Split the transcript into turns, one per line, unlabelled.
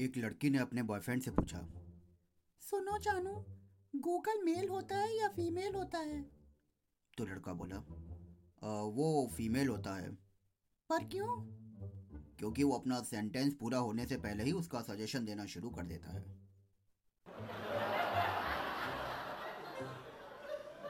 एक लड़की ने अपने बॉयफ्रेंड से पूछा
सुनो जानू गूगल मेल होता है या फीमेल होता है
तो लड़का बोला "अ, वो फीमेल होता है
पर क्यों
क्योंकि वो अपना सेंटेंस पूरा होने से पहले ही उसका सजेशन देना शुरू कर देता है